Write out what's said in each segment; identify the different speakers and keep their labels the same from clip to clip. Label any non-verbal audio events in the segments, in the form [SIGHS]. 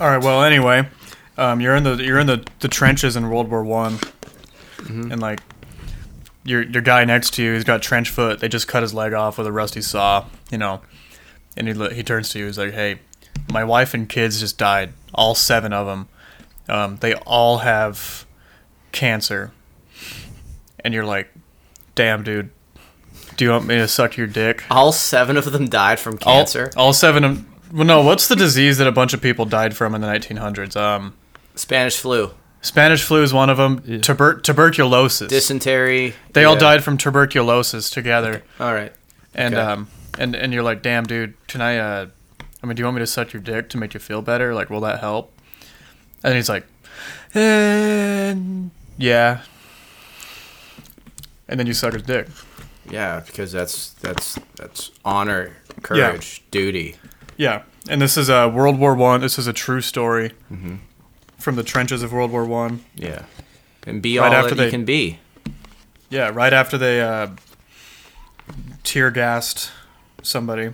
Speaker 1: All right. Well, anyway, um, you're in the you're in the, the trenches in World War One, and like your your guy next to you, he's got trench foot. They just cut his leg off with a rusty saw, you know. And he lo- he turns to you. He's like, "Hey, my wife and kids just died. All seven of them. Um, they all have cancer." And you're like, "Damn, dude." Do you want me to suck your dick?
Speaker 2: All seven of them died from
Speaker 1: All-
Speaker 2: cancer.
Speaker 1: All, seven of. Well, no. What's the disease that a bunch of people died from in the 1900s? Um,
Speaker 2: Spanish flu,
Speaker 1: Spanish flu is one of them. Tuber- tuberculosis.
Speaker 2: dysentery.
Speaker 1: they all
Speaker 2: yeah.
Speaker 1: died from tuberculosis together.
Speaker 2: All right.
Speaker 1: And
Speaker 2: Okay.
Speaker 1: um, and and you're like, damn, dude, can I? Uh, I mean, do you want me to suck your dick to make you feel better? Like, will that help? And he's like, eh, yeah. And then you suck his dick.
Speaker 2: Yeah, because that's that's that's honor, courage, duty.
Speaker 1: Yeah, and this is a World War One. This is a true story
Speaker 2: Mm-hmm.
Speaker 1: from the trenches of World War One.
Speaker 2: Yeah, and be
Speaker 1: Right
Speaker 2: all
Speaker 1: after
Speaker 2: that
Speaker 1: they-
Speaker 2: you can be.
Speaker 1: Yeah, right after they uh, tear gassed somebody.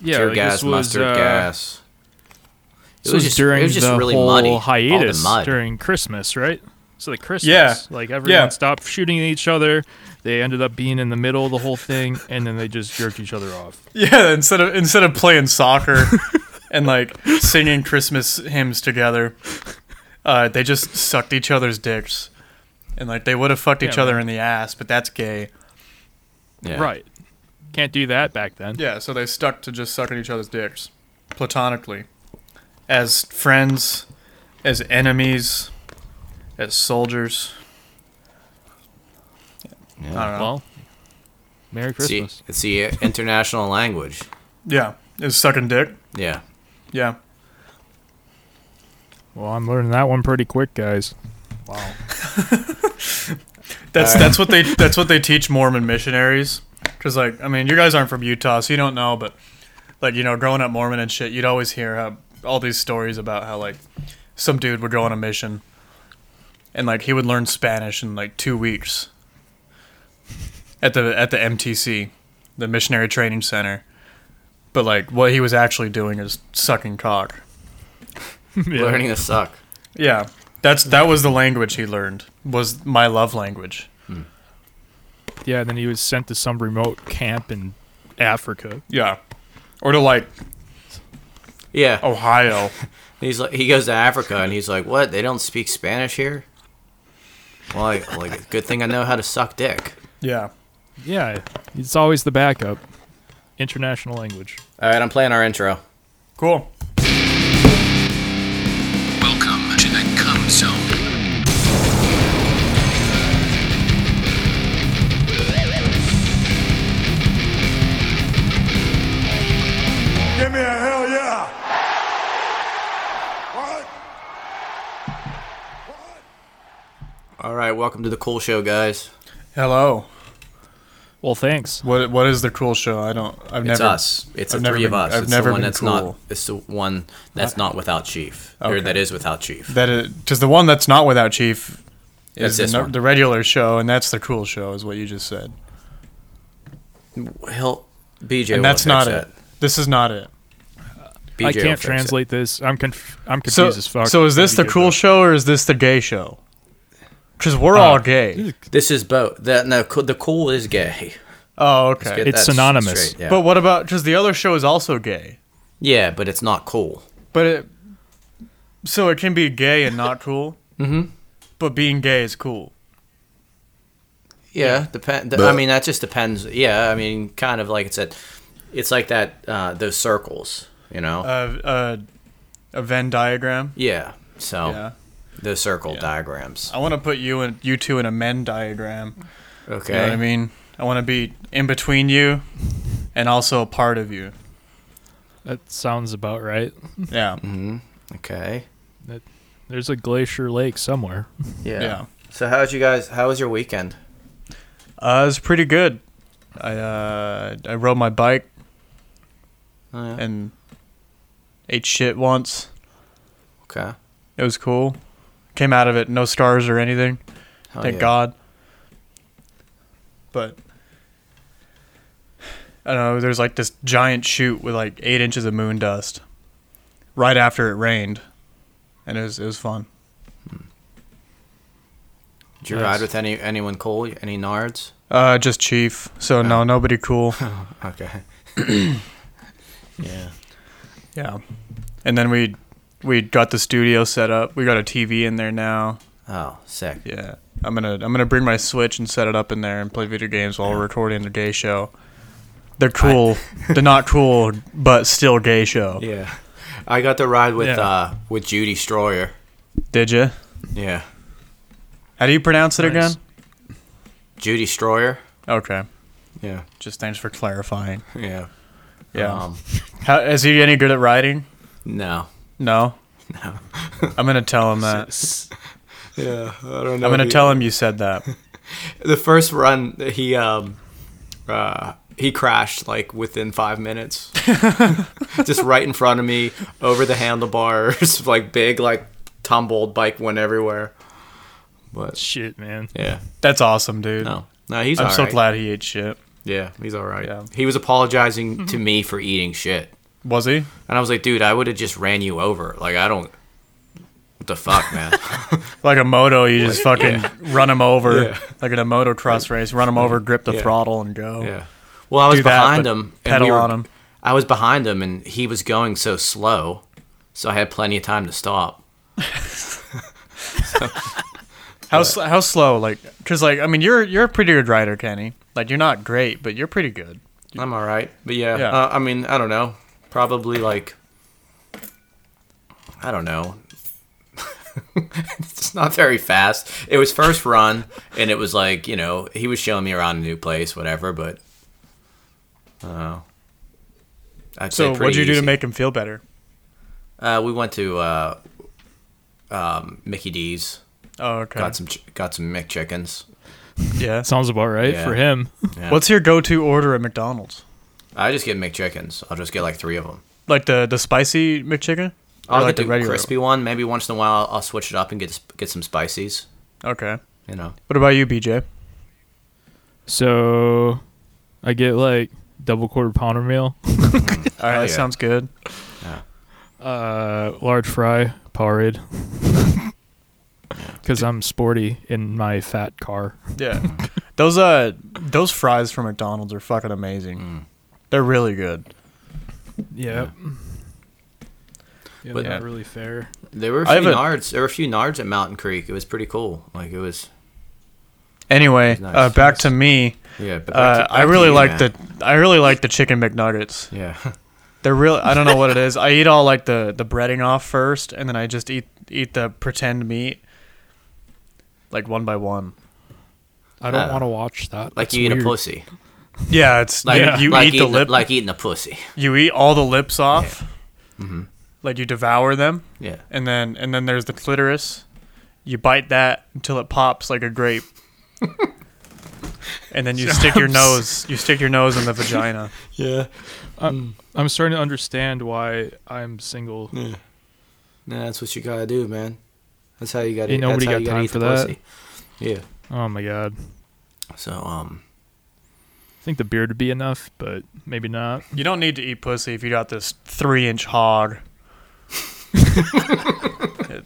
Speaker 3: Yeah,
Speaker 2: Tear
Speaker 3: like,
Speaker 2: gas,
Speaker 3: this was,
Speaker 2: mustard
Speaker 3: uh,
Speaker 2: gas.
Speaker 3: This was,
Speaker 2: just-
Speaker 3: during
Speaker 2: it was just
Speaker 3: the
Speaker 2: really
Speaker 3: whole
Speaker 2: muddy. All the
Speaker 3: hiatus
Speaker 2: mud.
Speaker 3: during Christmas, right? So the Christmas,
Speaker 1: Yeah.
Speaker 3: like everyone
Speaker 1: Yeah.
Speaker 3: stopped shooting at each other. They ended up being in the middle of the whole thing, and then they just jerked each other off.
Speaker 1: Yeah, instead of instead of playing [LAUGHS] soccer and like singing Christmas hymns together, uh, they just sucked each other's dicks, and like they would have fucked each
Speaker 3: Yeah,
Speaker 1: other in the ass, but that's gay.
Speaker 2: Yeah.
Speaker 3: Right? Can't do that back then.
Speaker 1: Yeah, so they stuck to just sucking each other's dicks, platonically, as friends, as enemies, as soldiers.
Speaker 2: Yeah.
Speaker 1: I don't know.
Speaker 3: Well, Merry
Speaker 2: It's the,
Speaker 3: Christmas.
Speaker 2: it's the international language.
Speaker 1: Yeah, is sucking dick.
Speaker 3: [LAUGHS]
Speaker 2: Yeah.
Speaker 1: Yeah.
Speaker 3: Well, I'm learning that one pretty quick, guys. Wow.
Speaker 1: That's
Speaker 2: Alright.
Speaker 1: that's what they that's what they teach Mormon missionaries. Because like I mean, you guys aren't from Utah, so you don't know, but like you know, growing up Mormon and shit, you'd always hear how, all these stories about how like some dude would go on a mission, and like he would learn Spanish in like two weeks at the at the MTC, the Missionary Training Center. But like what he was actually doing is sucking cock.
Speaker 2: learning to suck.
Speaker 1: Yeah, that's that was the language he learned was my love language.
Speaker 3: Yeah, then he was sent to some remote camp in Africa.
Speaker 1: Yeah. Or to like
Speaker 2: Yeah,
Speaker 1: Ohio.
Speaker 2: he's like he goes to Africa and he's like, "What? They don't speak Spanish here." Well, like, like good thing I know how to suck dick.
Speaker 1: [LAUGHS] yeah.
Speaker 3: Yeah, it's always the backup. International language.
Speaker 2: All right, I'm playing our intro.
Speaker 1: Cool.
Speaker 4: Welcome to the Cum Zone.
Speaker 5: Give me a hell yeah! What?
Speaker 2: All right, welcome to the cool show, guys.
Speaker 1: Hello.
Speaker 3: Well, thanks.
Speaker 1: What what is the cool show? I don't I've
Speaker 2: It's
Speaker 1: never
Speaker 2: us. It's
Speaker 1: I've
Speaker 2: the
Speaker 1: never
Speaker 2: three of
Speaker 1: been-
Speaker 2: us.
Speaker 1: I've
Speaker 2: it's
Speaker 1: never
Speaker 2: the one
Speaker 1: been
Speaker 2: that's
Speaker 1: cool.
Speaker 2: not. It's the one that's not without Chief, or
Speaker 1: Okay.
Speaker 2: that is without Chief.
Speaker 1: that is cuz the one that's not without chief
Speaker 2: That's
Speaker 1: is the,
Speaker 2: this
Speaker 1: no-
Speaker 2: one.
Speaker 1: the regular show and that's the cool show is what you just said.
Speaker 2: He'll BJ.
Speaker 1: And
Speaker 2: will
Speaker 1: that's
Speaker 2: fix
Speaker 1: not
Speaker 2: that.
Speaker 1: it. This is not it.
Speaker 2: BJ
Speaker 3: I
Speaker 2: will
Speaker 3: can't
Speaker 2: fix it.
Speaker 3: translate this. I'm conf- I'm confused
Speaker 1: So
Speaker 3: as fuck.
Speaker 1: so is this the
Speaker 3: Maybe
Speaker 1: cool
Speaker 3: good,
Speaker 1: show or is this the gay show? Cuz we're
Speaker 2: Uh,
Speaker 1: all gay.
Speaker 2: This is both. The, no, co- the cool is gay.
Speaker 1: Oh,
Speaker 2: Get
Speaker 1: okay.
Speaker 3: It's
Speaker 2: that s-
Speaker 3: synonymous.
Speaker 2: straight, yeah.
Speaker 1: But what about cuz the other show is also gay.
Speaker 2: yeah, but it's not cool.
Speaker 1: But it so it can be gay and not cool. mhm. But being gay is cool.
Speaker 2: Yeah, depend. I mean, that just depends. Yeah, I mean, kind of like it's a, it's like that. Uh, those circles, you know.
Speaker 1: a, a, a Venn diagram.
Speaker 2: yeah. So
Speaker 1: Yeah.
Speaker 2: the circle diagrams.
Speaker 1: I want to put you and you two in a men diagram.
Speaker 2: Okay.
Speaker 1: You know what I mean? I want to be in between you and also a part of you.
Speaker 3: That sounds about right.
Speaker 1: Yeah.
Speaker 2: Mm-hmm. Okay.
Speaker 3: There's a glacier lake somewhere. [LAUGHS]
Speaker 2: Yeah.
Speaker 1: Yeah.
Speaker 2: So how's you guys? How was your weekend?
Speaker 1: Uh, it was pretty good. I uh, I rode my bike
Speaker 2: Oh, yeah.
Speaker 1: and ate shit once.
Speaker 2: Okay.
Speaker 1: It was cool. Came out of it no scars or anything.
Speaker 2: Hell
Speaker 1: Thank
Speaker 2: Oh, yeah.
Speaker 1: God. But I don't know. There's like this giant chute with like eight inches of moon dust. right after it rained, and it was it was fun.
Speaker 2: Did you
Speaker 3: Nice.
Speaker 2: ride with any anyone cool?
Speaker 1: [COUGHS]
Speaker 2: Any nards? [LAUGHS]
Speaker 1: Uh, just Chief. So no, nobody cool.
Speaker 2: Okay.
Speaker 1: [COUGHS]
Speaker 2: yeah.
Speaker 1: yeah, and then we we got the studio set up. We got a TV in there now.
Speaker 2: Oh, sick.
Speaker 1: Yeah, I'm gonna I'm gonna bring my Switch and set it up in there and play video games while we're recording the gay show. They're
Speaker 2: [LAUGHS]
Speaker 1: cool. They're not cool, but still gay show.
Speaker 2: Yeah. I got to ride with
Speaker 1: Yeah.
Speaker 2: uh with Judy Stroyer.
Speaker 1: Did you?
Speaker 2: Yeah.
Speaker 1: How do you pronounce it
Speaker 3: Nice.
Speaker 1: again?
Speaker 2: Judy Stroyer.
Speaker 1: Okay.
Speaker 2: Yeah.
Speaker 1: Just thanks for clarifying.
Speaker 2: Yeah.
Speaker 1: Yeah.
Speaker 2: Um,
Speaker 1: How, is he any good at writing?
Speaker 2: no.
Speaker 1: No.
Speaker 2: No.
Speaker 1: I'm gonna tell him that.
Speaker 2: oh, Yeah, I don't know.
Speaker 1: I'm gonna tell him you said that.
Speaker 2: the first run he um uh he crashed like within
Speaker 1: [LAUGHS]
Speaker 2: five minutes just right in front of me over the handlebars [LAUGHS] like big like tumbled bike went everywhere but
Speaker 3: Shit, man.
Speaker 2: yeah
Speaker 1: That's awesome, dude.
Speaker 2: no no he's
Speaker 1: I'm so
Speaker 2: alright.
Speaker 1: glad he ate shit.
Speaker 2: yeah he's all right
Speaker 1: Yeah.
Speaker 2: he was apologizing to me for eating shit
Speaker 1: Was he?
Speaker 2: and i was like dude i would have just ran you over like i don't what the fuck man
Speaker 1: [LAUGHS] Like a moto, you
Speaker 2: [LAUGHS]
Speaker 1: just fucking run him over.
Speaker 2: Yeah.
Speaker 1: Like in a motocross race, run him over, grip the
Speaker 2: Yeah.
Speaker 1: throttle, and go.
Speaker 2: yeah well i was
Speaker 1: Do that,
Speaker 2: behind
Speaker 1: but
Speaker 2: him and
Speaker 1: pedal
Speaker 2: we were-
Speaker 1: on him.
Speaker 2: I was behind him and he was going so slow, so I had plenty of time to stop.
Speaker 1: How sl- how slow? Like, cause like I mean, you're you're a pretty good rider, Kenny. Like you're not great, but you're pretty good.
Speaker 2: I'm all right, but yeah,
Speaker 1: Yeah.
Speaker 2: Uh, I mean, I don't know, probably like, I don't know. [LAUGHS] it's not very fast. It was first run, and it was like you know he was showing me around a new place, whatever. But, uh, I'd say
Speaker 1: So what'd
Speaker 2: pretty
Speaker 1: you do
Speaker 2: easy.
Speaker 1: to make him feel better?
Speaker 2: Uh, we went to uh, um, Mickey D's.
Speaker 1: Oh, okay.
Speaker 2: Got some ch- got some McChickens.
Speaker 1: yeah.
Speaker 3: Sounds about right
Speaker 2: Yeah.
Speaker 3: for him.
Speaker 2: Yeah.
Speaker 1: What's your go-to order at McDonald's?
Speaker 2: I just get McChickens. I'll just get like three of them.
Speaker 1: Like the the spicy McChicken? Or
Speaker 2: I'll
Speaker 1: like
Speaker 2: get the, crispy one. Maybe once in a while, I'll switch it up and get get some spices.
Speaker 1: Okay.
Speaker 2: You know,
Speaker 1: What about you, BJ?
Speaker 3: So I get like double quarter pounder meal,
Speaker 1: All right,
Speaker 2: Hell
Speaker 1: that
Speaker 2: Oh, yeah.
Speaker 1: sounds
Speaker 2: [LAUGHS]
Speaker 1: good.
Speaker 3: uh, large fry, Powerade. [LAUGHS] Because I'm sporty in my fat car.
Speaker 1: Yeah. those uh those fries from McDonald's are fucking amazing.
Speaker 2: Mm.
Speaker 1: They're really good.
Speaker 3: Yep. Yeah,
Speaker 2: But-
Speaker 3: not really fair.
Speaker 2: there were a
Speaker 1: I
Speaker 2: few
Speaker 1: have a-
Speaker 2: nards. There were a few nards at Mountain Creek. It was pretty cool. Like it was.
Speaker 1: Anyway,
Speaker 2: Nice,
Speaker 1: uh, back
Speaker 2: nice.
Speaker 1: to me.
Speaker 2: Yeah, but
Speaker 1: Uh, I really like
Speaker 2: the.
Speaker 1: the I really like the chicken McNuggets. [LAUGHS]
Speaker 2: Yeah,
Speaker 1: They're real I don't know what it is. I eat all like the the breading off first and then I just eat eat the pretend meat like one by one.
Speaker 3: I don't
Speaker 2: Uh,
Speaker 3: want to watch that.
Speaker 2: like
Speaker 3: That's
Speaker 2: you eat
Speaker 3: weird.
Speaker 2: a pussy.
Speaker 1: Yeah, it's
Speaker 2: Like
Speaker 1: you, you
Speaker 2: like
Speaker 1: eat the
Speaker 2: eating a-
Speaker 1: lip
Speaker 2: like eating a pussy.
Speaker 1: you eat all the lips off. Mm-hmm. Like you devour them.
Speaker 2: Yeah,
Speaker 1: and then and then there's the clitoris. You bite that until it pops like a [LAUGHS] grape. and then you stick your nose you stick your nose in the vagina.
Speaker 2: yeah.
Speaker 3: I'm starting to understand why I'm single.
Speaker 2: No, that's what you gotta do, man. That's how you gotta.
Speaker 3: Ain't
Speaker 2: that's
Speaker 3: nobody
Speaker 2: how
Speaker 3: got
Speaker 2: you gotta
Speaker 3: time
Speaker 2: eat
Speaker 3: for
Speaker 2: the
Speaker 3: that.
Speaker 2: pussy. Yeah.
Speaker 3: Oh my god.
Speaker 2: So um.
Speaker 3: I think the beard would be enough, but maybe not.
Speaker 1: You don't need to eat pussy if you got this three inch hog.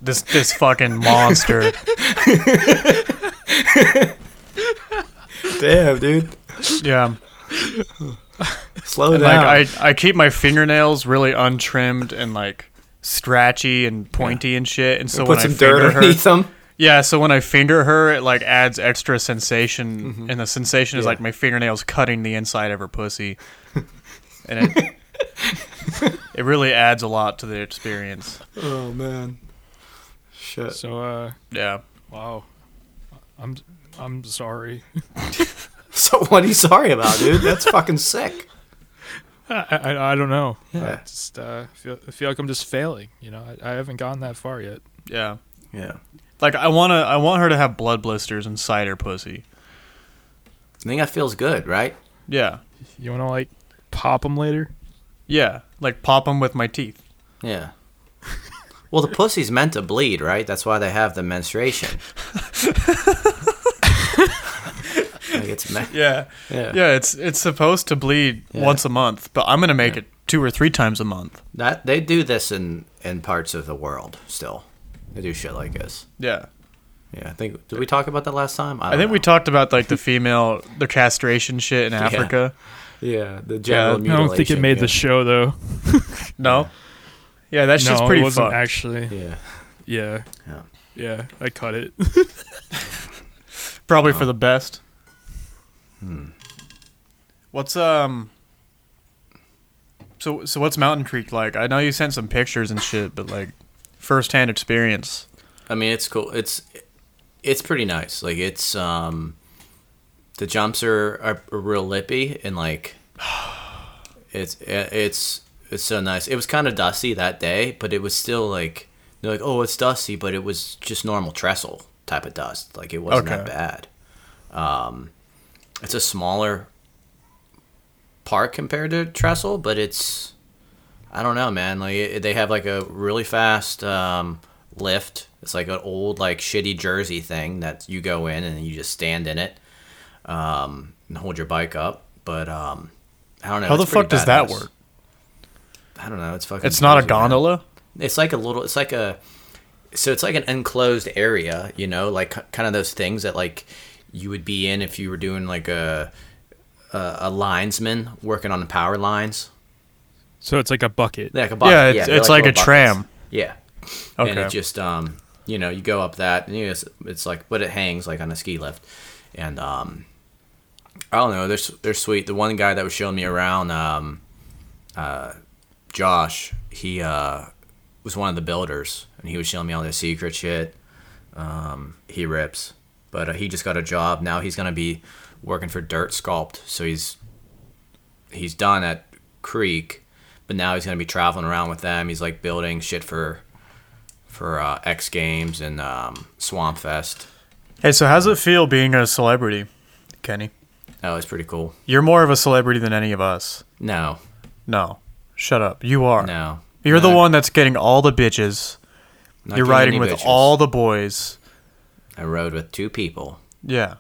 Speaker 1: this this fucking monster.
Speaker 2: Damn, dude.
Speaker 1: Yeah.
Speaker 2: Slow
Speaker 1: And, like I, I keep my fingernails really untrimmed and like scratchy and pointy and shit. And so
Speaker 2: Put
Speaker 1: when
Speaker 2: some
Speaker 1: I finger
Speaker 2: dirt
Speaker 1: her-
Speaker 2: [LAUGHS] underneath them.
Speaker 1: Yeah, so when I finger her, it like adds extra sensation, and the sensation is
Speaker 2: Mm-hmm. Yeah.
Speaker 1: like my fingernails cutting the inside of her pussy, and
Speaker 2: [LAUGHS]
Speaker 1: it it really adds a lot to the experience.
Speaker 2: Oh man. Shit.
Speaker 3: So uh
Speaker 1: Yeah,
Speaker 3: wow. I'm I'm sorry.
Speaker 2: [LAUGHS]
Speaker 3: [LAUGHS]
Speaker 2: So what are you sorry about, dude? That's fucking sick.
Speaker 3: I, I, I don't know.
Speaker 2: Yeah.
Speaker 3: I just uh, feel, I feel like I'm just failing. You know, I, I haven't gotten that far yet.
Speaker 1: yeah.
Speaker 2: [LAUGHS] Yeah.
Speaker 1: Like I wanna, I want her to have blood blisters inside her pussy.
Speaker 2: I think that feels good, right?
Speaker 1: Yeah,
Speaker 3: You want to like pop them later?
Speaker 1: yeah. Like pop them with my teeth.
Speaker 2: Yeah. [LAUGHS] Well, the pussy's meant to bleed, right? That's why they have the menstruation. like it's me-
Speaker 1: Yeah,
Speaker 2: yeah.
Speaker 1: yeah. It's it's supposed to bleed
Speaker 2: Yeah.
Speaker 1: once a month, but I'm gonna make it two or three times a month.
Speaker 2: That they do this in in parts of the world still. They do shit like this.
Speaker 1: Yeah.
Speaker 2: Yeah, I think did we talk about that last time?
Speaker 1: I think we talked about like the female the castration shit in Africa.
Speaker 2: Yeah, the general
Speaker 1: I
Speaker 3: I don't think it made the
Speaker 2: mutilation,
Speaker 3: show though.
Speaker 1: No. Yeah, that shit's
Speaker 3: no,
Speaker 1: pretty
Speaker 3: it wasn't
Speaker 1: fucked.
Speaker 3: actually.
Speaker 2: yeah. yeah.
Speaker 3: Yeah.
Speaker 2: Yeah.
Speaker 3: Yeah, I cut it. [LAUGHS]
Speaker 1: Probably for the best.
Speaker 2: Hmm.
Speaker 1: What's um So so what's Mountain Creek like? I know you sent some pictures and shit, but like first hand experience.
Speaker 2: I mean, it's cool. It's it's pretty nice. Like it's um the jumps are, are real lippy and like [SIGHS] it's eh, it's it's so nice. It was kind of dusty that day, but it was still like they're like, "Oh, it's dusty," but it was just normal trestle type of dust. Like it wasn't that
Speaker 1: Okay.
Speaker 2: bad. Um it's a smaller park compared to trestle, but it's I don't know, man. Like it, they have like a really fast um, lift. It's like an old like shitty Jersey thing that you go in and you just stand in it um, and hold your bike up. But um, I don't know.
Speaker 1: How the
Speaker 2: it's pretty
Speaker 1: fuck does that
Speaker 2: badass.
Speaker 1: work?
Speaker 2: I don't know. It's fucking.
Speaker 1: It's not a
Speaker 2: crazy, man.
Speaker 1: gondola?
Speaker 2: It's like a little. It's like a. So it's like an enclosed area, you know, like k- kind of those things that like you would be in if you were doing like a a, a linesman working on the power lines,
Speaker 3: so it's like a bucket.
Speaker 2: like a bucket.
Speaker 1: Yeah, it's,
Speaker 2: they're
Speaker 1: it's like, a
Speaker 2: little buckets.
Speaker 1: tram.
Speaker 2: Yeah. And
Speaker 1: Okay.
Speaker 2: it just um, you know, you go up that and you just, it's like but it hangs like on a ski lift. And um I don't know, they're s- they're sweet. The one guy that was showing me around um uh Josh, he uh was one of the builders and he was showing me all this secret shit. Um he rips. But uh, he just got a job. Now he's going to be working for Dirt Sculpt. So he's he's done at Creek, but now he's gonna be traveling around with them. He's like building shit for for uh, X Games and um, Swamp Fest.
Speaker 1: Hey, so how's it feel being a celebrity, Kenny?
Speaker 2: That was pretty cool.
Speaker 1: You're more of a celebrity than any of us.
Speaker 2: No,
Speaker 1: No. Shut up. You are.
Speaker 2: no,
Speaker 1: You're the
Speaker 2: No,
Speaker 1: one that's getting all the bitches.
Speaker 2: not
Speaker 1: You're
Speaker 2: getting
Speaker 1: riding
Speaker 2: any
Speaker 1: with
Speaker 2: bitches.
Speaker 1: all the boys.
Speaker 2: I rode with two people.
Speaker 1: Yeah.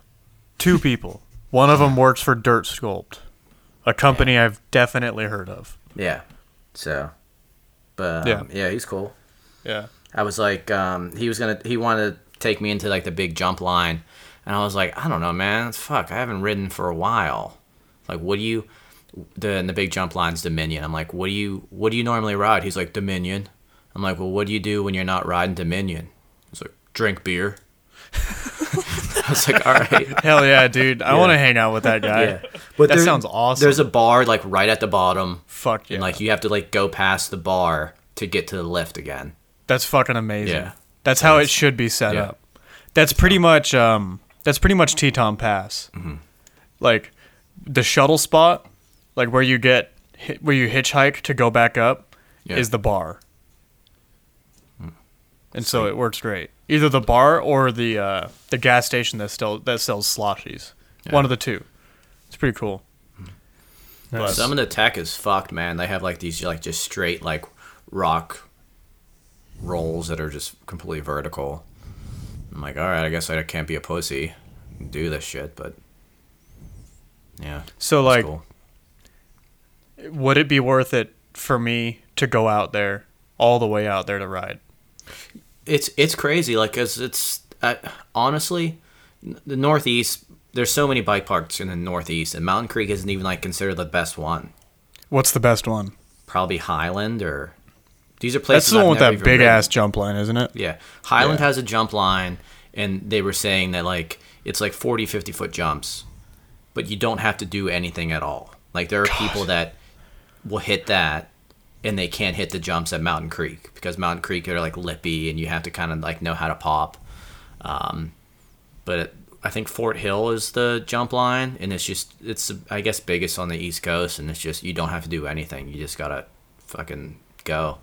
Speaker 1: Two people. One of them works for Dirt Sculpt, a company I've definitely heard of.
Speaker 2: Yeah, so, but
Speaker 1: Yeah.
Speaker 2: um, yeah, he's cool.
Speaker 1: Yeah.
Speaker 2: I was like, um, he was gonna, he wanted to take me into like the big jump line, and I was like, I don't know, man, fuck, I haven't ridden for a while. Like, what do you, the and the big jump line's Dominion. I'm like, what do you, what do you normally ride? He's like Dominion. I'm like, well, what do you do when you're not riding Dominion? He's like, drink beer. [LAUGHS] I was like, all right.
Speaker 1: Hell yeah, dude. I want to hang out with that guy.
Speaker 2: [LAUGHS] Yeah. But
Speaker 1: That sounds awesome.
Speaker 2: There's a bar like right at the bottom,
Speaker 1: Fuck yeah.
Speaker 2: and like you have to like go past the bar to get to the lift again.
Speaker 1: that's fucking amazing.
Speaker 2: Yeah.
Speaker 1: That's how it should be set
Speaker 2: Yeah.
Speaker 1: up. That's pretty much um that's pretty much Teton Pass.
Speaker 2: Mm-hmm.
Speaker 1: Like the shuttle spot, like where you get hi- where you hitchhike to go back up
Speaker 2: Yeah.
Speaker 1: is the bar. And so it works great. Either the bar or the uh, the gas station that still that sells sloshies. One of the two. It's pretty cool. But-
Speaker 2: Some of the tech is fucked, man. They have like these like just straight like rock rolls that are just completely vertical. I'm like, all right, I guess I can't be a pussy and do this shit, but yeah, it's
Speaker 1: so like
Speaker 2: cool.
Speaker 1: would it be worth it for me to go out there all the way out there to ride?
Speaker 2: it's it's crazy, like, cause it's I, honestly n- the Northeast. There's so many bike parks in the Northeast, and Mountain Creek isn't even like considered the best one.
Speaker 1: What's the best one?
Speaker 2: Probably Highland or these are places.
Speaker 1: That's the
Speaker 2: I've
Speaker 1: one with
Speaker 2: never
Speaker 1: that
Speaker 2: even
Speaker 1: big
Speaker 2: ridden.
Speaker 1: ass jump line, isn't it?
Speaker 2: Yeah. Highland has a jump line, and they were saying that, like, it's like 40, 50 foot jumps, but you don't have to do anything at all. Like, there are people that will hit that, and they can't hit the jumps at Mountain Creek because Mountain Creek are, like, lippy, and you have to kind of, like, know how to pop. Um, but it, I think Fort Hill is the jump line, and it's just, it's, I guess, biggest on the East Coast, and it's just, you don't have to do anything. You just got to fucking go.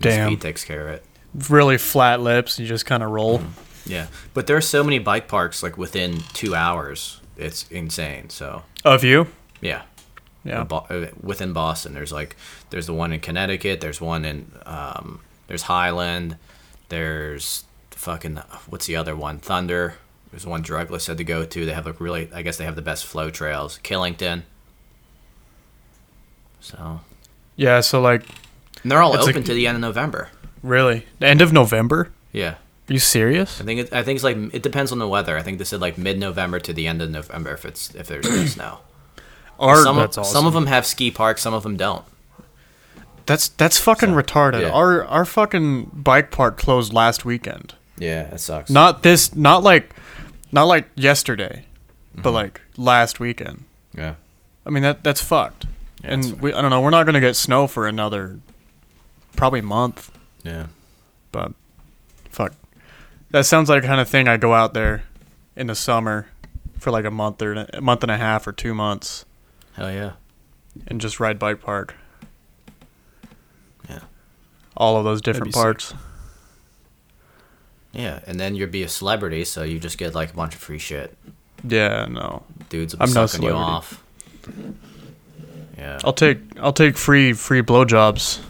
Speaker 2: The
Speaker 1: Damn.
Speaker 2: Speed takes care of it.
Speaker 1: Really flat lips, you just kind of roll.
Speaker 2: Yeah, but there are so many bike parks like within two hours. It's insane. So
Speaker 1: Of you?
Speaker 2: yeah,
Speaker 1: Yeah.
Speaker 2: Bo- uh, within Boston, there's like there's the one in Connecticut. There's one in um, there's Highland. There's fucking what's the other one? Thunder. There's one Drugless had to go to. They have like really. I guess they have the best flow trails. Killington. So
Speaker 1: Yeah, so like
Speaker 2: And they're all
Speaker 1: It's
Speaker 2: open
Speaker 1: like-
Speaker 2: to the end of November.
Speaker 1: Really? The end of November?
Speaker 2: Yeah.
Speaker 1: Are you serious?
Speaker 2: I think it, I think it's like it depends on the weather. I think they said like mid-November to the end of November if it's if there's no snow.
Speaker 1: Art,
Speaker 2: Some
Speaker 1: that's
Speaker 2: of,
Speaker 1: awesome.
Speaker 2: some of them have ski parks, some of them don't.
Speaker 1: that's that's fucking retarded.
Speaker 2: yeah.
Speaker 1: Our our fucking bike park closed last weekend.
Speaker 2: Yeah, it sucks.
Speaker 1: Not this. Not like, not like yesterday,
Speaker 2: Mm-hmm.
Speaker 1: but like last weekend.
Speaker 2: Yeah.
Speaker 1: I mean that that's fucked. and we I don't know. We're not gonna get snow for another probably month.
Speaker 2: Yeah.
Speaker 1: But fuck, that sounds like the kind of thing I go out there in the summer for like a month or a month and a half or two months
Speaker 2: Hell yeah.
Speaker 1: and just ride bike park.
Speaker 2: Yeah.
Speaker 1: All of those different
Speaker 3: be sick.
Speaker 1: parts.
Speaker 2: Yeah, and then you'd be a celebrity, so you just get like a bunch of free shit.
Speaker 1: Yeah, no.
Speaker 2: Dudes will be
Speaker 1: I'm no
Speaker 2: sucking you
Speaker 1: celebrity.
Speaker 2: off. Yeah.
Speaker 1: I'll take I'll take free free blowjobs,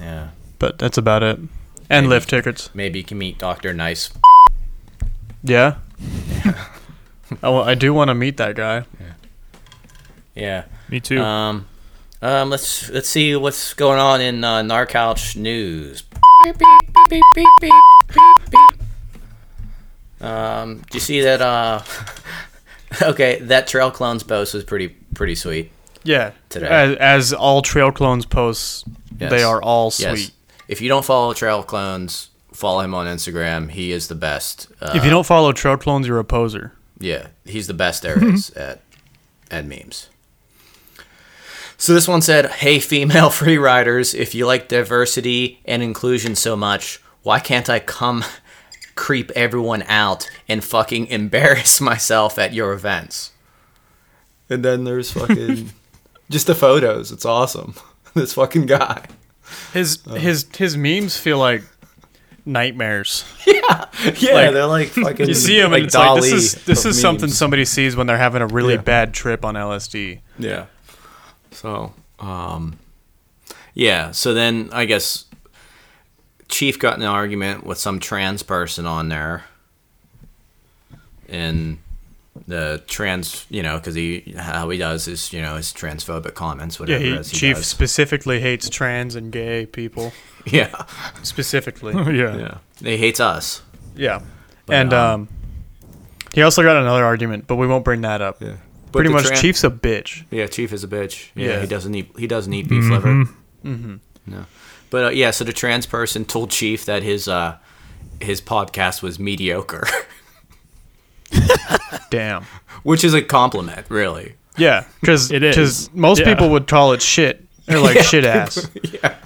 Speaker 2: Yeah.
Speaker 1: but that's about it. And lift tickets.
Speaker 2: Maybe you can meet Doctor Nice. [LAUGHS]
Speaker 1: Yeah. I, wa- I do want to meet that guy.
Speaker 2: Yeah.
Speaker 3: Me too.
Speaker 2: Um, um, let's let's see what's going on in uh, Narcouch news. Um, do you see that? Uh, [LAUGHS] okay, that Trail Clones post was pretty pretty sweet.
Speaker 1: Yeah.
Speaker 2: Today.
Speaker 1: As, as all Trail Clones posts,
Speaker 2: Yes.
Speaker 1: they are all sweet.
Speaker 2: Yes. If you don't follow Trail Clones, follow him on Instagram. He is the best. Uh,
Speaker 1: If you don't follow Trail Clones, you're a poser.
Speaker 2: Yeah, he's the best there is
Speaker 1: Mm-hmm.
Speaker 2: at at memes. So this one said, "Hey, female [LAUGHS] free riders, if you like diversity and inclusion so much, why can't I come [LAUGHS] creep everyone out and fucking embarrass [LAUGHS] myself at your events?" And then there's
Speaker 1: [LAUGHS]
Speaker 2: fucking just the photos. It's awesome. [LAUGHS] This fucking guy.
Speaker 1: His
Speaker 2: Um,
Speaker 1: his his memes feel like nightmares.
Speaker 2: Yeah,
Speaker 1: Like,
Speaker 2: they're like [LAUGHS] fucking.
Speaker 1: You see him
Speaker 2: like
Speaker 1: and it's like this
Speaker 2: Dali
Speaker 1: is this
Speaker 2: of
Speaker 1: is something
Speaker 2: memes.
Speaker 1: somebody sees when they're having a really
Speaker 2: Yeah.
Speaker 1: bad trip on LSD.
Speaker 2: Yeah. So, um, yeah. So then I guess Chief got in an argument with some trans person on there, and the trans, you know, because he how he does is you know his transphobic comments,
Speaker 1: Yeah,
Speaker 2: whatever.
Speaker 1: he,
Speaker 2: as he
Speaker 1: Chief
Speaker 2: does. [LAUGHS]
Speaker 1: specifically hates trans and gay people.
Speaker 2: Yeah.
Speaker 1: Specifically.
Speaker 2: [LAUGHS]
Speaker 3: [LAUGHS] yeah.
Speaker 2: Yeah. He hates us.
Speaker 1: yeah. and
Speaker 2: um,
Speaker 1: um, he also got another argument, but we won't bring that up.
Speaker 2: Yeah.
Speaker 1: Pretty much Chief's a bitch.
Speaker 2: Yeah, Chief is a bitch. Yeah,
Speaker 1: Yeah.
Speaker 2: he doesn't eat. He doesn't eat beef liver. Mm-hmm. No, but uh, yeah. So the trans person told Chief that his uh, his podcast was mediocre, [LAUGHS]
Speaker 1: Damn.
Speaker 2: which is a compliment, really. [LAUGHS]
Speaker 1: Yeah, because
Speaker 3: It is.
Speaker 1: most
Speaker 3: Yeah.
Speaker 1: people would call it shit. They're
Speaker 2: [LAUGHS]
Speaker 1: like shit ass.
Speaker 2: Yeah.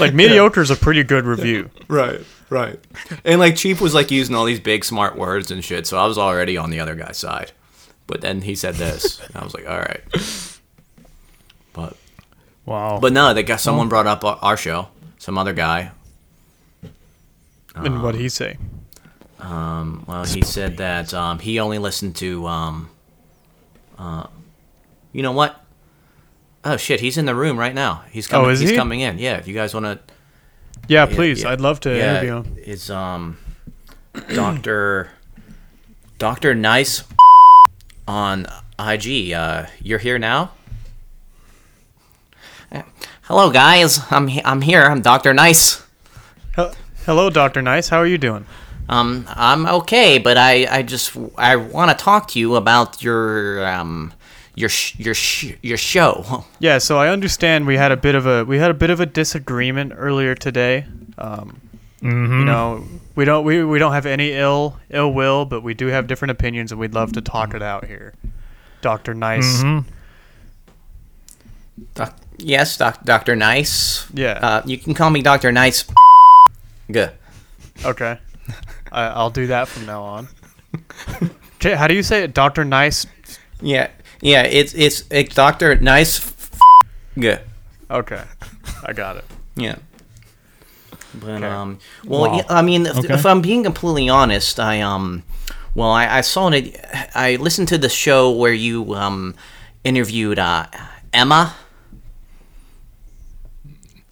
Speaker 1: Like mediocre is a pretty good
Speaker 2: [LAUGHS]
Speaker 1: review.
Speaker 2: Right. Right. And like Chief was like using all these big smart words and shit, so I was already on the other guy's side. But then he said [LAUGHS] this, and I was like, all right. But
Speaker 3: Wow.
Speaker 2: but no, they got someone brought up our our show. Some other guy
Speaker 1: and
Speaker 2: Um,
Speaker 1: what he say?
Speaker 2: Well, he said that um, he only listened to. Um, uh, you know what? Oh shit, he's in the room right now. He's coming.
Speaker 1: Oh, is
Speaker 2: he's
Speaker 1: he?
Speaker 2: coming in. Yeah, if you guys want to.
Speaker 1: Yeah, please.
Speaker 2: yeah.
Speaker 1: I'd love to
Speaker 2: Yeah,
Speaker 1: interview him.
Speaker 2: it's um, Doctor, Doctor Nice, on IG. Uh, you're here now. Hello, guys. I'm he- I'm here. I'm Doctor Nice.
Speaker 1: Hel- Hello, Doctor Nice. How are you doing?
Speaker 2: Um, I'm okay, but I, I just I want to talk to you about your um your sh- your sh- your show. [LAUGHS]
Speaker 1: Yeah. So I understand we had a bit of a we had a bit of a disagreement earlier today. Um,
Speaker 2: Mm-hmm.
Speaker 1: You know, we don't we, we don't have any ill ill will, but we do have different opinions, and we'd love to talk it out here. Doctor Nice.
Speaker 3: Mm-hmm.
Speaker 2: Doc- yes, doc- Doctor Nice.
Speaker 1: Yeah.
Speaker 2: Uh, you can call me Doctor Nice. [LAUGHS] Good. Mm-hmm.
Speaker 1: Okay. I, I'll do that from now on. [LAUGHS] J- How do you say it? Dr. Nice?
Speaker 2: Yeah, yeah. It's it's, it's Doctor Nice. [LAUGHS] F- Good.
Speaker 1: Okay. I got it.
Speaker 2: Yeah. But um, well,
Speaker 3: Wow.
Speaker 2: yeah, I mean, if,
Speaker 3: Okay.
Speaker 2: if I'm being completely honest, I um, well, I, I saw it. I listened to the show where you um, interviewed uh, Emma.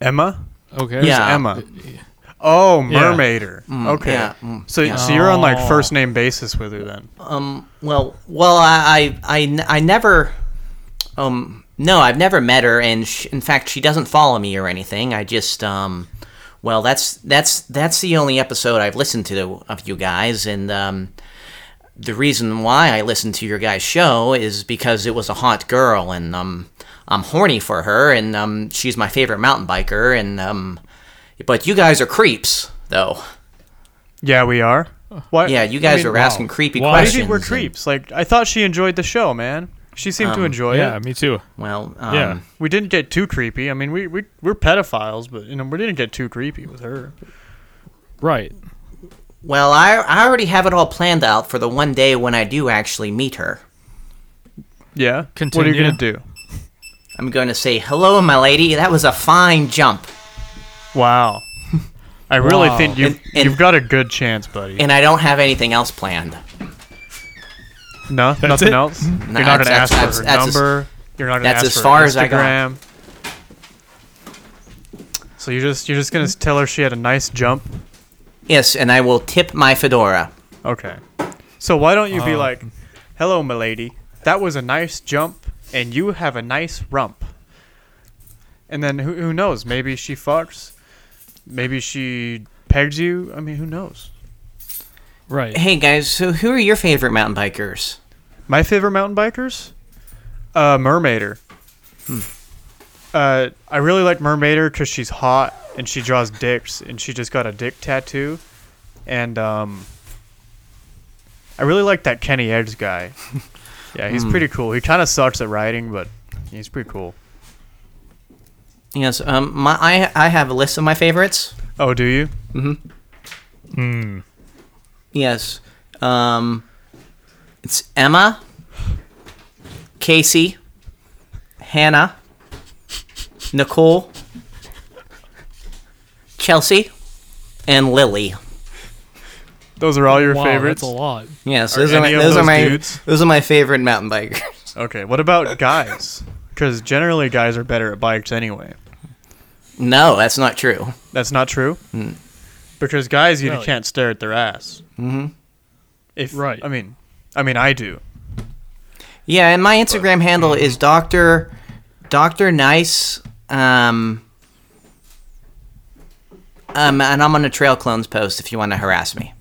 Speaker 1: Emma?
Speaker 3: okay.
Speaker 2: yeah.
Speaker 1: Emma. Oh, Mermaider. Okay.
Speaker 2: yeah, mm,
Speaker 1: So, so you're on like
Speaker 3: Oh.
Speaker 1: first name basis with her then?
Speaker 2: Well, well, I I, I, n- I never um No, I've never met her, and sh in fact, she doesn't follow me or anything. I just, um, well, that's that's that's the only episode I've listened to of you guys, and um, the reason why I listened to your guys' show is because it was a hot girl, and um, I'm horny for her, and um, she's my favorite mountain biker, and um, but you guys are creeps, though.
Speaker 1: Yeah, we are. Why,
Speaker 2: Yeah, you
Speaker 1: Uh,
Speaker 2: guys
Speaker 1: I mean,
Speaker 2: are
Speaker 1: wow.
Speaker 2: asking creepy
Speaker 1: Why do
Speaker 2: questions.
Speaker 1: you think we're
Speaker 2: and-
Speaker 1: creeps? Like, I thought she enjoyed the show, man. She seemed
Speaker 2: Um,
Speaker 1: to enjoy
Speaker 3: Yeah,
Speaker 1: it.
Speaker 3: me too.
Speaker 2: well, um,
Speaker 3: Yeah.
Speaker 1: We didn't get too creepy. I mean, we, we we're pedophiles, but you know, we didn't get too creepy with her.
Speaker 3: Right.
Speaker 2: Well, I, I already have it all planned out for the one day when I do actually meet her.
Speaker 1: Yeah. What are you
Speaker 3: Continue.
Speaker 1: gonna do?
Speaker 2: I'm going to say, hello, my lady. That was a fine jump.
Speaker 1: Wow. [LAUGHS] I really think you
Speaker 2: And- and-
Speaker 1: you've got a good chance, buddy.
Speaker 2: And I don't have anything else planned.
Speaker 1: no, nothing
Speaker 3: it?
Speaker 1: else.
Speaker 2: Nah,
Speaker 1: you're not gonna ask
Speaker 2: that's- that's-
Speaker 1: for her
Speaker 2: that's as-
Speaker 1: number. you're not gonna
Speaker 2: that's
Speaker 1: ask
Speaker 2: as
Speaker 1: for
Speaker 2: far
Speaker 1: her
Speaker 2: as I got.
Speaker 1: Instagram. So you just you're just gonna tell her she had a nice jump.
Speaker 2: Yes, and I will tip my fedora.
Speaker 1: Okay. So why don't you be like, "Hello, milady. That was a nice jump, and you have a nice rump." And then who who knows? Maybe she fucks. Maybe she pegs you. I mean, who knows?
Speaker 3: Right.
Speaker 2: Hey, guys, so who are your favorite mountain bikers?
Speaker 1: My favorite mountain bikers, uh, Mermaider. Uh, I really like Mermaider because she's hot and she draws dicks, and she just got a dick tattoo, and um, I really like that Kenny Edge guy. yeah, he's pretty cool. He kind of sucks at riding, but he's pretty cool.
Speaker 2: Yes, um, my, I, I have a list of my favorites.
Speaker 1: Oh, do you?
Speaker 2: Yes. Um, it's Emma, Casey, Hannah, Nicole, Chelsea, and Lily.
Speaker 1: Those are all your
Speaker 3: wow,
Speaker 1: favorites.
Speaker 3: That's a lot.
Speaker 2: Yes,
Speaker 1: Are
Speaker 2: those are, my,
Speaker 1: any of
Speaker 2: those, are
Speaker 1: those
Speaker 2: my
Speaker 1: dudes?
Speaker 2: those are my favorite mountain bikers. [LAUGHS]
Speaker 1: Okay, what about guys? Because generally, guys are better at bikes anyway.
Speaker 2: no, that's not true.
Speaker 1: That's not true. Because guys, you
Speaker 3: Really?
Speaker 1: can't stare at their ass. Mm-hmm. If
Speaker 3: Right.
Speaker 1: I mean, I mean, I do.
Speaker 2: Yeah, and my Instagram handle is Doctor Doctor Nice. Um, um, and I'm on a Trail Clones post if you want to harass me.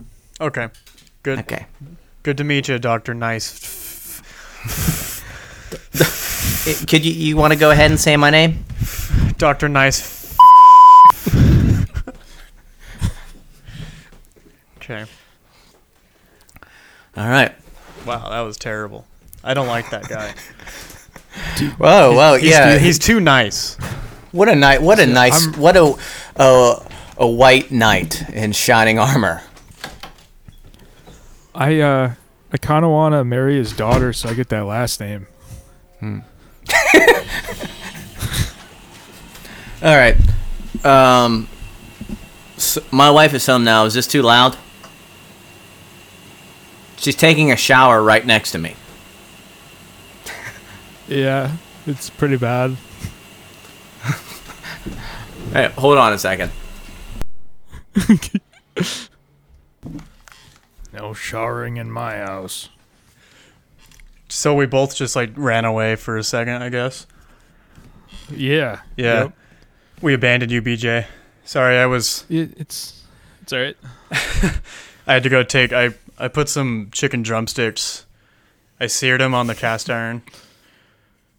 Speaker 1: Okay. Good.
Speaker 2: Okay.
Speaker 1: Good to meet you, Doctor Nice.
Speaker 2: It- could you you want to go ahead and say my name?
Speaker 1: Doctor Nice. okay.
Speaker 2: All right.
Speaker 1: Wow, that was terrible. I don't like that guy.
Speaker 2: Whoa, whoa, yeah.
Speaker 1: he's too nice.
Speaker 2: what a night! What a nice! what a, a a white knight in shining armor.
Speaker 3: I uh, I kind of want to marry his daughter, so I get that last name.
Speaker 2: All right. Um, so my wife is home now. Is this too loud? She's taking a shower right next to me.
Speaker 3: Yeah, it's pretty bad.
Speaker 2: Hey, hold on a second.
Speaker 3: No showering in my house.
Speaker 1: So we both just like ran away for a second, I guess.
Speaker 3: Yeah.
Speaker 1: Yeah.
Speaker 3: Yep.
Speaker 1: We abandoned you, BJ. Sorry, I was
Speaker 3: It, it's it's all right.
Speaker 1: I had to go take. I I put some chicken drumsticks. I seared them on the cast iron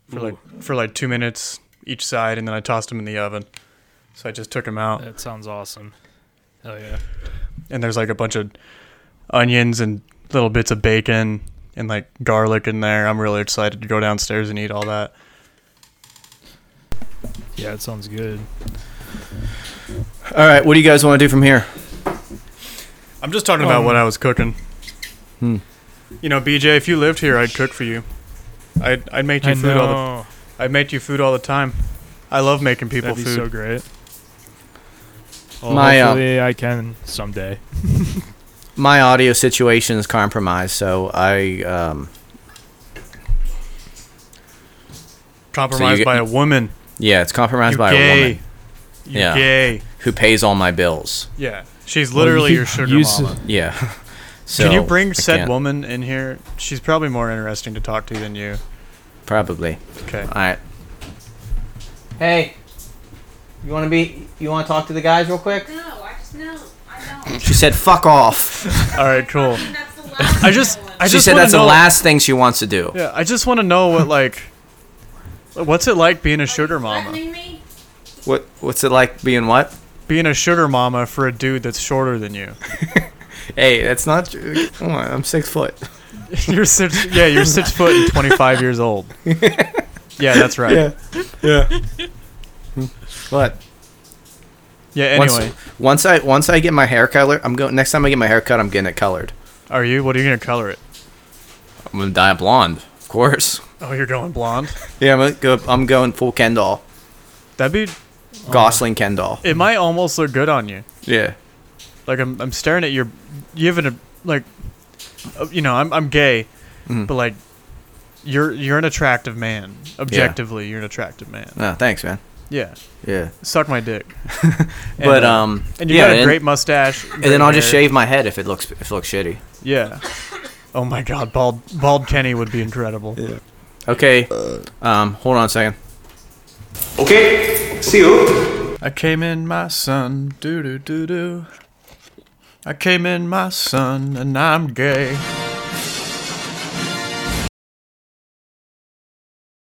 Speaker 1: for like for like two minutes each side, and then I tossed them in the oven. So I just took them out,
Speaker 3: That sounds awesome. Hell yeah.
Speaker 1: and there's like a bunch of onions and little bits of bacon and like garlic in there. I'm really excited to go downstairs and eat all that.
Speaker 3: Yeah, it sounds good.
Speaker 6: All right, what do you guys want to do from here?
Speaker 1: I'm just talking about what
Speaker 3: Um,
Speaker 1: I was cooking.
Speaker 3: hmm.
Speaker 1: You know, BJ, if you lived here, I'd cook for you. I'd I'd make you
Speaker 3: I
Speaker 1: food all the
Speaker 3: know.
Speaker 1: I make you food all the time. I love making people
Speaker 3: That'd be
Speaker 1: food.
Speaker 3: so great. Well,
Speaker 6: My, uh,
Speaker 3: hopefully I can someday.
Speaker 6: My audio situation is compromised, so I um
Speaker 1: Compromised
Speaker 6: get-
Speaker 1: by a woman.
Speaker 6: yeah, it's compromised
Speaker 1: You
Speaker 6: by
Speaker 1: gay.
Speaker 6: a woman
Speaker 1: You
Speaker 6: Yeah.
Speaker 1: gay.
Speaker 6: who pays all my bills.
Speaker 1: Yeah. She's literally
Speaker 3: you
Speaker 1: your
Speaker 3: could
Speaker 1: sugar
Speaker 3: use-
Speaker 1: mama.
Speaker 2: [LAUGHS]
Speaker 6: Yeah. So
Speaker 1: Can you bring
Speaker 6: I
Speaker 1: said
Speaker 6: can't-
Speaker 1: woman in here? She's probably more interesting to talk to than you.
Speaker 6: Probably.
Speaker 1: Okay.
Speaker 6: All right.
Speaker 7: Hey, you want to be? You want to talk to the guys real quick?
Speaker 8: No, I just no, I don't.
Speaker 7: She said, "Fuck
Speaker 2: [LAUGHS]
Speaker 7: off."
Speaker 1: All right, cool.
Speaker 8: That's the last.
Speaker 1: I just,
Speaker 8: one.
Speaker 1: I
Speaker 7: she
Speaker 1: just
Speaker 7: said
Speaker 1: wanna
Speaker 7: that's the
Speaker 1: know-
Speaker 7: last thing she wants to do.
Speaker 1: Yeah, I just want to know what like, what's it like being a sugar mama?
Speaker 8: Threatening me?
Speaker 2: What What's it like being what?
Speaker 1: Being a sugar mama for a dude that's shorter than
Speaker 3: [LAUGHS]
Speaker 1: you.
Speaker 2: Hey, that's not. tr- Come on, I'm six foot.
Speaker 1: You're six. Yeah, you're six foot and twenty five years
Speaker 3: [LAUGHS]
Speaker 1: old. Yeah, that's right. Yeah.
Speaker 2: Yeah. What? Once,
Speaker 1: anyway,
Speaker 2: once I once I get my hair color, I'm going. Next time I get my hair cut, I'm getting it colored.
Speaker 1: are you? What are you gonna color it?
Speaker 7: I'm gonna dye it blonde, of course.
Speaker 1: Oh, you're going blonde.
Speaker 2: Yeah, I'm gonna go, I'm going full Ken doll,
Speaker 7: Oh.
Speaker 1: That'd be.
Speaker 2: Gosling Ken doll.
Speaker 1: It might almost look good on you.
Speaker 2: Yeah.
Speaker 1: Like I'm, I'm staring at your. You have an like, uh, you know, I'm, I'm gay,
Speaker 7: Mm-hmm.
Speaker 1: but like, you're, you're an attractive man. Objectively, you're an attractive man.
Speaker 2: No, thanks, man.
Speaker 1: Yeah.
Speaker 2: Yeah.
Speaker 1: Suck my
Speaker 7: [LAUGHS]
Speaker 1: dick. And,
Speaker 7: But
Speaker 1: uh,
Speaker 7: um,
Speaker 1: And you
Speaker 7: yeah,
Speaker 1: got a
Speaker 7: and,
Speaker 1: great mustache.
Speaker 7: and then I'll just shave my head if it looks if it looks shitty.
Speaker 1: Yeah. Oh my god, bald bald Kenny would be incredible.
Speaker 7: Okay. Um, hold on a second.
Speaker 1: I came in my son, doo doo doo doo. I came in my son, and I'm gay.